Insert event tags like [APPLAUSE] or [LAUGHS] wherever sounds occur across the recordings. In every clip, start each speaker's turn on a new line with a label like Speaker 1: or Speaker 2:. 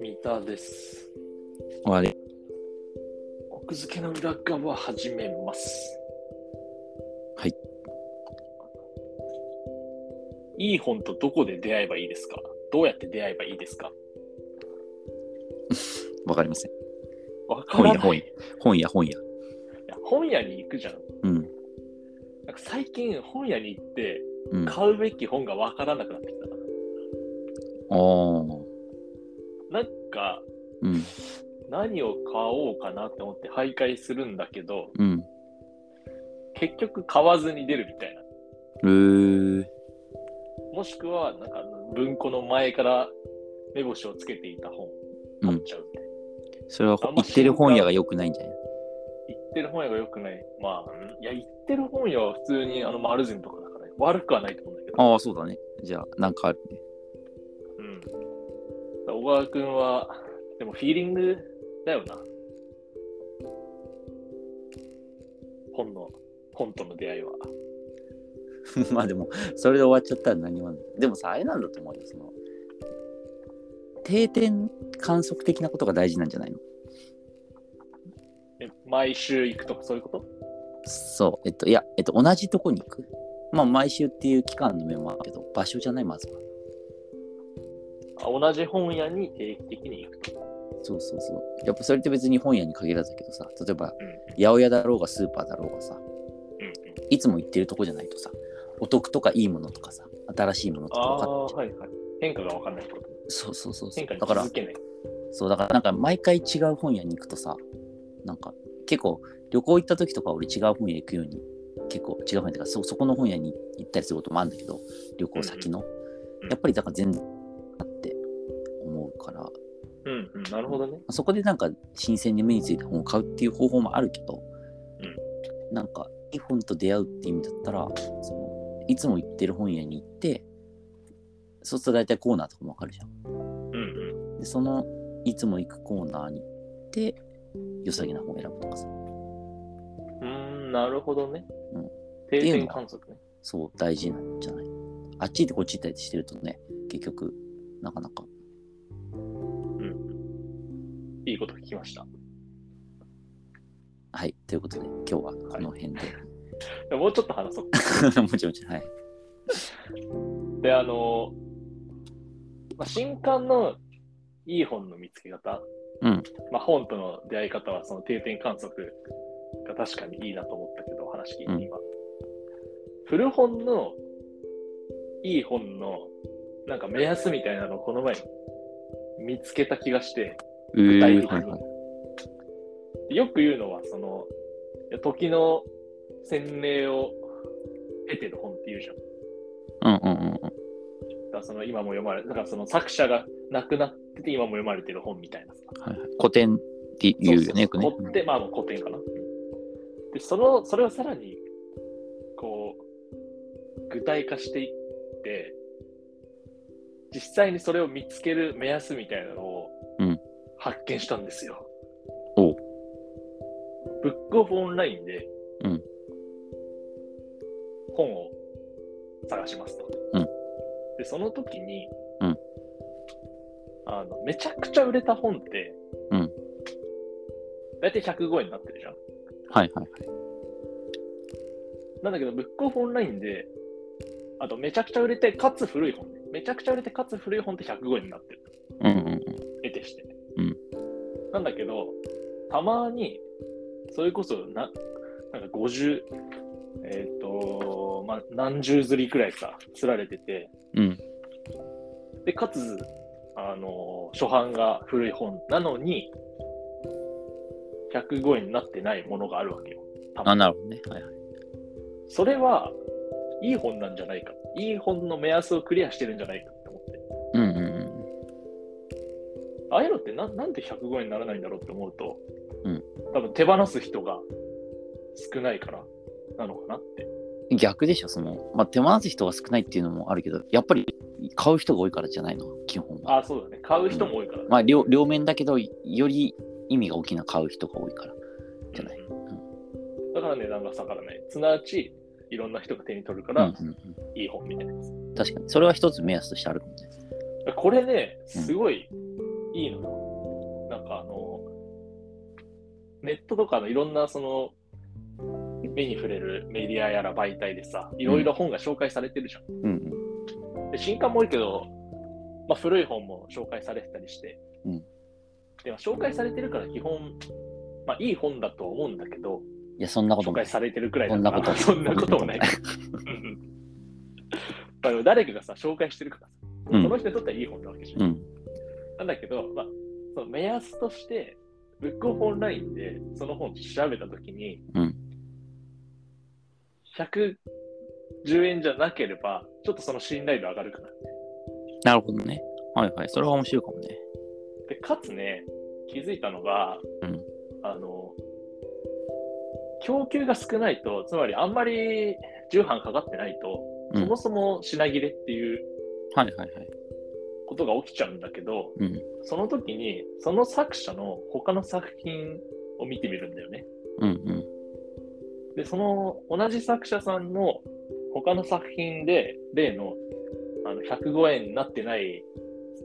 Speaker 1: 三田です。
Speaker 2: 終わり。
Speaker 1: 奥付けの裏側始めます。
Speaker 2: はい。
Speaker 1: いい本とどこで出会えばいいですかどうやって出会えばいいですか
Speaker 2: わかりません。
Speaker 1: わか
Speaker 2: 本
Speaker 1: ら
Speaker 2: 屋、
Speaker 1: ない
Speaker 2: 本
Speaker 1: い
Speaker 2: 屋。本屋、本屋。
Speaker 1: や本屋に行くじゃん。
Speaker 2: うん。
Speaker 1: なんか最近本屋に行って
Speaker 2: うん。あ
Speaker 1: 買うべき本がわからなくなってきた
Speaker 2: ー。
Speaker 1: な。なんか
Speaker 2: うん。
Speaker 1: 何を買おうかなって思って徘徊するんだけど、
Speaker 2: うん。
Speaker 1: 結局買わずに出るみたいな。
Speaker 2: うー。
Speaker 1: もしくは、なんかあの文庫の前から目星をつけていた本
Speaker 2: うん
Speaker 1: 買っちゃうみたいな。
Speaker 2: それは
Speaker 1: あん
Speaker 2: 行
Speaker 1: ま
Speaker 2: ってる本屋が良くないんじゃない
Speaker 1: 行ってる本屋が良くない。まあ、うんいや、行ってる本屋は普通にあの丸善とかだから、ね、悪くはないと思うんだけど。
Speaker 2: ああ、そうだね。じゃあ、なんかあるね。 [LAUGHS]
Speaker 1: うん。だから小川君は、でもフィーリングだよな。本の、本との出会いは。
Speaker 2: まあでも、それで終わっちゃったら何もない。でもさ、あれなんだと思うよ。その、定点観測的なことが大事なんじゃないの
Speaker 1: え毎週行くとかそういうこと
Speaker 2: そう。えっと、いや、えっと、同じとこに行く。まあ、毎週っていう期間の面もあるけど、場所じゃない、まずは。
Speaker 1: あ同じ本屋に定期的に行くと。
Speaker 2: そうそうそう。やっぱそれって別に本屋に限らずだけどさ、例えば、
Speaker 1: うん。
Speaker 2: 八百屋だろうがスーパーだろうがさ、
Speaker 1: うんうん、
Speaker 2: いつも行ってるとこじゃないとさ、お得とかいいものとかさ、新しいものと
Speaker 1: あ
Speaker 2: か分か
Speaker 1: あー、
Speaker 2: っちゃう。
Speaker 1: はいはい。変化が分かんないってこと。
Speaker 2: そうそうそうそ
Speaker 1: 変
Speaker 2: う。
Speaker 1: 化
Speaker 2: だ
Speaker 1: に気
Speaker 2: から
Speaker 1: づ、けない。
Speaker 2: そう、だからなんか毎回違う本屋に行くとさ、なんか結構旅行行った時とか俺違う本屋行くように、結構違う本屋とか、そそこの本屋に行ったりすることもあるんだけど、旅行先の。
Speaker 1: うん
Speaker 2: やっぱりだから全然あって思うから、
Speaker 1: うんうん、なるほどね。
Speaker 2: そこでなんか新鮮に目についた本を買うっていう方法もあるけど、なんかいい本と出会うって意味だったらそのいつも行ってる本屋に行ってそうすると大体コーナーとかもわかるじゃん。
Speaker 1: うんうん。
Speaker 2: でそのいつも行くコーナーに行って良さげな本を選ぶとかさ
Speaker 1: うーん、なるほどね
Speaker 2: うん。
Speaker 1: 定点観測ね。
Speaker 2: そう大事なんじゃないあっち行ってこっち行ったりしてるとね結局なかなか
Speaker 1: いいこと聞きました。
Speaker 2: はいということで今日はこの辺で、
Speaker 1: もうちょっと話そう。
Speaker 2: [LAUGHS] もちろんもちろんはい
Speaker 1: で、あの、まあ、新刊のいい本の見つけ方、
Speaker 2: うん
Speaker 1: まあ、本との出会い方はその定点観測が確かにいいなと思ったけど、お話聞いて今。古本のいい本のなんか目安みたいなのをこの前見つけた気がして、
Speaker 2: え
Speaker 1: 具体
Speaker 2: ー
Speaker 1: 的
Speaker 2: はい
Speaker 1: に
Speaker 2: はい。
Speaker 1: でよく言うのは、その、いや時の洗礼を得てる本っていうじゃん。
Speaker 2: うんうんうんうん
Speaker 1: だからその今も読まれだからその作者が亡くなってて今も読まれてる本みたいなさ。
Speaker 2: はいはい古典って言うよね
Speaker 1: そうそうそう
Speaker 2: よくね
Speaker 1: で、まあもう古典かな。で、その、それをさらに、こう、具体化していって、実際にそれを見つける目安みたいなのを
Speaker 2: うん
Speaker 1: 発見したんですよ。
Speaker 2: おう
Speaker 1: ブックオフオンラインで、
Speaker 2: うん
Speaker 1: 本を探しますと。
Speaker 2: うん
Speaker 1: で、その時に、
Speaker 2: うん
Speaker 1: あのめちゃくちゃ売れた本って、
Speaker 2: うん
Speaker 1: 大体105円になってるじゃん。
Speaker 2: はいはい
Speaker 1: なんだけど、ブックオフオンラインで、あとめちゃくちゃ売れて、かつ古い本ね。めちゃくちゃ売れて、かつ古い本って105円になってる。
Speaker 2: うんうんうん
Speaker 1: 得てして。
Speaker 2: うん
Speaker 1: なんだけど、たまに、それこそな、なんか50、えっ、と、まあ、何十釣りくらいさ、釣られてて、
Speaker 2: うん。
Speaker 1: で、かつ、あのー初版が古い本なのに、105円になってないものがあるわけよ。
Speaker 2: あ、なるほどね。はいはい。
Speaker 1: それは、いい本なんじゃないか。いい本の目安をクリアしてるんじゃないかって思って。
Speaker 2: うんうん
Speaker 1: ああいうのってななんで105円にならないんだろうって思うと、
Speaker 2: うん
Speaker 1: 多分手放す人が少ないからなのかなって。
Speaker 2: うん。逆でしょ、その、まあ、手放す人が少ないっていうのもあるけど、やっぱり買う人が多いからじゃないの、基本は。
Speaker 1: ああ、そうだね。買う人も多いから、
Speaker 2: まあ両、両面だけど、より意味が大きな買う人が多いから。じゃない
Speaker 1: うんだからね、なんかさからね、すなわち、いろんな人が手に取るか
Speaker 2: うん
Speaker 1: ら、
Speaker 2: うん
Speaker 1: いい本みたいなやつ。
Speaker 2: うん確かに。それは一つ目安としてあるかもね。
Speaker 1: これね、すごいいいのよ。なんかあの、ネットとかのいろんなその、目に触れるメディアやら媒体でさ、いろいろ本が紹介されてるじゃん。
Speaker 2: うん
Speaker 1: で新刊も多いけど、まあ、古い本も紹介されてたりして、
Speaker 2: うん
Speaker 1: でまあ紹介されてるから基本、まあ、いい本だと思うんだけど、
Speaker 2: うん。いや、そんなこと
Speaker 1: 紹
Speaker 2: もな
Speaker 1: 介
Speaker 2: い。
Speaker 1: されてるくらいだから
Speaker 2: [LAUGHS]
Speaker 1: [LAUGHS]
Speaker 2: そ
Speaker 1: そ
Speaker 2: ん
Speaker 1: ん
Speaker 2: な
Speaker 1: な
Speaker 2: こ
Speaker 1: ことと
Speaker 2: も
Speaker 1: も
Speaker 2: な
Speaker 1: ないい。
Speaker 2: [LAUGHS]
Speaker 1: うんまあでも誰かがさ、紹介してるからさ、
Speaker 2: うん
Speaker 1: その人にとってはいい本なわけじゃん。
Speaker 2: うん。
Speaker 1: なんだけど、まあ、その目安として、ブックオフオンラインでその本調べたときに、
Speaker 2: うん
Speaker 1: 110円じゃなければ、ちょっとその信頼度上がるかな。
Speaker 2: なるほどね。はいはい。それは面白いかもね。
Speaker 1: でかつね気づいたのが、
Speaker 2: うん
Speaker 1: あの供給が少ないとつまりあんまり重版かかってないと、
Speaker 2: うん
Speaker 1: そもそも品切れっていう
Speaker 2: はいはいはい。
Speaker 1: ことが起きちゃうんだけど
Speaker 2: うん。
Speaker 1: その時にその作者の他の作品を見てみるんだよね。
Speaker 2: うんうん。
Speaker 1: でその同じ作者さんの他の作品で例のあの105円になってない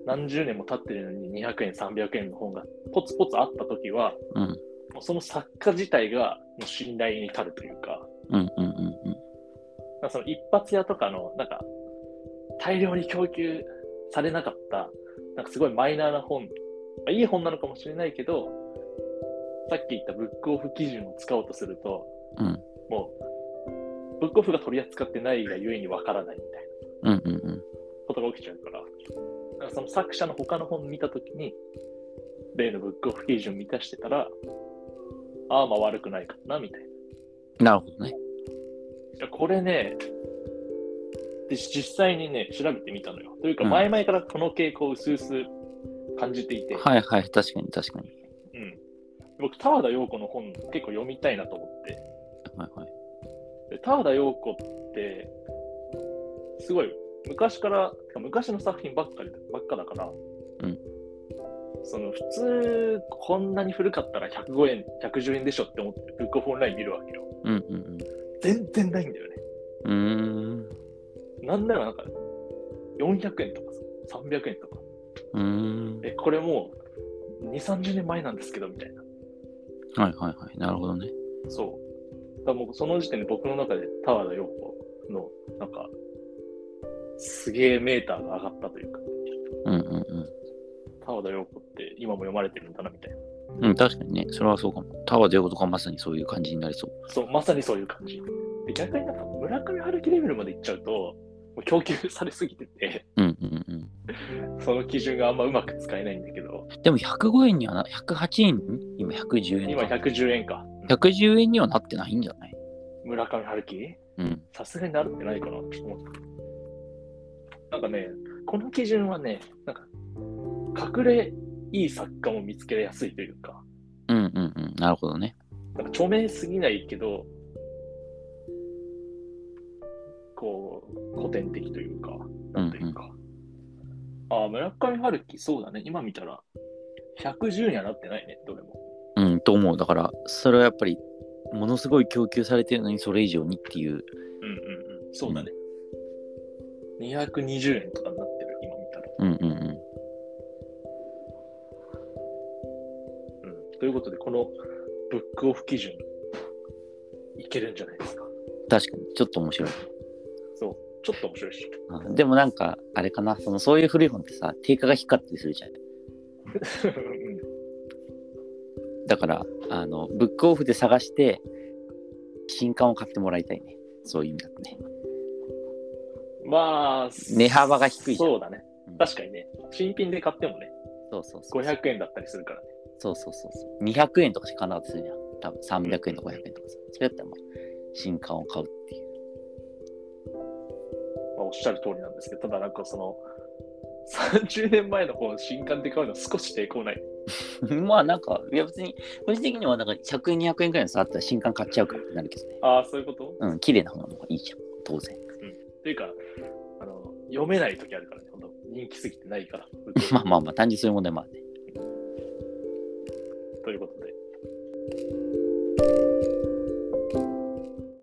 Speaker 1: 何十年も経ってるのに200円300円の本がポツポツあった時は
Speaker 2: うん
Speaker 1: もうその作家自体がもう信頼に足るというか、
Speaker 2: うんうんうんうん。
Speaker 1: なんかその一発屋とかの、なんか、大量に供給されなかった、なんかすごいマイナーな本、まあいい本なのかもしれないけど、さっき言ったブックオフ基準を使おうとすると、
Speaker 2: うん
Speaker 1: もう、ブックオフが取り扱ってないがゆえにわからないみたいな
Speaker 2: うんうんうん。
Speaker 1: ことが起きちゃうから、なんかその作者の他の本見たときに、例のブックオフ基準満たしてたら、ああ、まあ悪くないかな、みたいな。
Speaker 2: なるほどね。
Speaker 1: いやこれね、で実際にね、調べてみたのよ。というか、
Speaker 2: うん
Speaker 1: 前々からこの傾向を薄々感じていて、
Speaker 2: はいはい。確かに確かに。
Speaker 1: うん、僕、田和田陽子の本結構読みたいなと思って、
Speaker 2: はいはい。
Speaker 1: で田和田陽子って、すごい昔から、てか昔の作品ばっかりばっかだから、
Speaker 2: うん
Speaker 1: その普通、こんなに古かったら105円、110円でしょって思って、ブックオフオンライン見るわけよ。
Speaker 2: うんうん
Speaker 1: 全然ないんだよね。
Speaker 2: うん。う
Speaker 1: なんならなんか、400円とかさ、300円とか。
Speaker 2: ーん。うーん。
Speaker 1: え、これもう2、30年前なんですけど、みたいな。
Speaker 2: はいはいはい。なるほどね。
Speaker 1: そう。だからもうその時点で僕の中で田和田陽子の、なんか、すげえメーターが上がったというか、
Speaker 2: うんうん
Speaker 1: 田和田陽子って今も読まれてるんだな、みたいな。
Speaker 2: うん。うん、確かにね。それはそうかも。タワー出ることがまさにそういう感じになりそう。
Speaker 1: そう、まさにそういう感じ。で逆になんか村上春樹レベルまでいっちゃうと、もう供給されすぎてて、
Speaker 2: うんうんうん。
Speaker 1: その基準があんまうまく使えないんだけど、
Speaker 2: でも105円にはな、108円ん今110円
Speaker 1: 今
Speaker 2: か。
Speaker 1: 110円か。
Speaker 2: 110円にはなってないんじゃない
Speaker 1: 村上春樹
Speaker 2: うん。
Speaker 1: さすがになるってないかなって思った。なんかね、この基準はね、なんか、隠れいい作家も見つけやすいというか、
Speaker 2: うんうんうん。なるほどね。
Speaker 1: なんか著名すぎないけど、こう、古典的というか、なんというか。ああ、村上春樹、そうだね、今見たら、110にはなってないね、どれも。
Speaker 2: うん、と思う。だから、それはやっぱり、ものすごい供給されてるのに、それ以上にっていう。
Speaker 1: うんうんうん、そうだね。220円とかになってる、今見たら。
Speaker 2: うんうんうん。
Speaker 1: うんということで、このブックオフ基準、いけるんじゃないですか。
Speaker 2: 確かに、ちょっと面白い。
Speaker 1: そう、ちょっと面白いし。
Speaker 2: うんでもなんか、あれかな、そのそういう古い本ってさ、定価が低かったりするじゃん。だから、あの、ブックオフで探して、新刊を買ってもらいたいね。そういう意味だとね。
Speaker 1: まあ、
Speaker 2: 値幅が低いじゃん
Speaker 1: そうだね
Speaker 2: うん。
Speaker 1: 確かにね、新品で買ってもね、
Speaker 2: そうそうそう。
Speaker 1: 500円だったりするからね。
Speaker 2: そうそうそうそう。200円とかしか買わなかったりするじゃん。多分300円とか500円とかさ。それだったら、まあ、新刊を買うっていう。
Speaker 1: まあ、おっしゃる通りなんですけど、ただなんかその、30年前の本新刊で買うのは少し抵抗ない。
Speaker 2: [LAUGHS] まあなんか、いや別に、個人的にはなんか100円、200円くらいの差あったら新刊買っちゃうからってなるけどね。
Speaker 1: ああ、そういうこと
Speaker 2: うん、綺麗な本の方がいいじゃん。当然。 [LAUGHS]
Speaker 1: っていうか、あの、読めない時あるからね、ほんと人気すぎてないから。
Speaker 2: [LAUGHS] まあまあまあ、単純にそういう問題もあるね。
Speaker 1: ということで。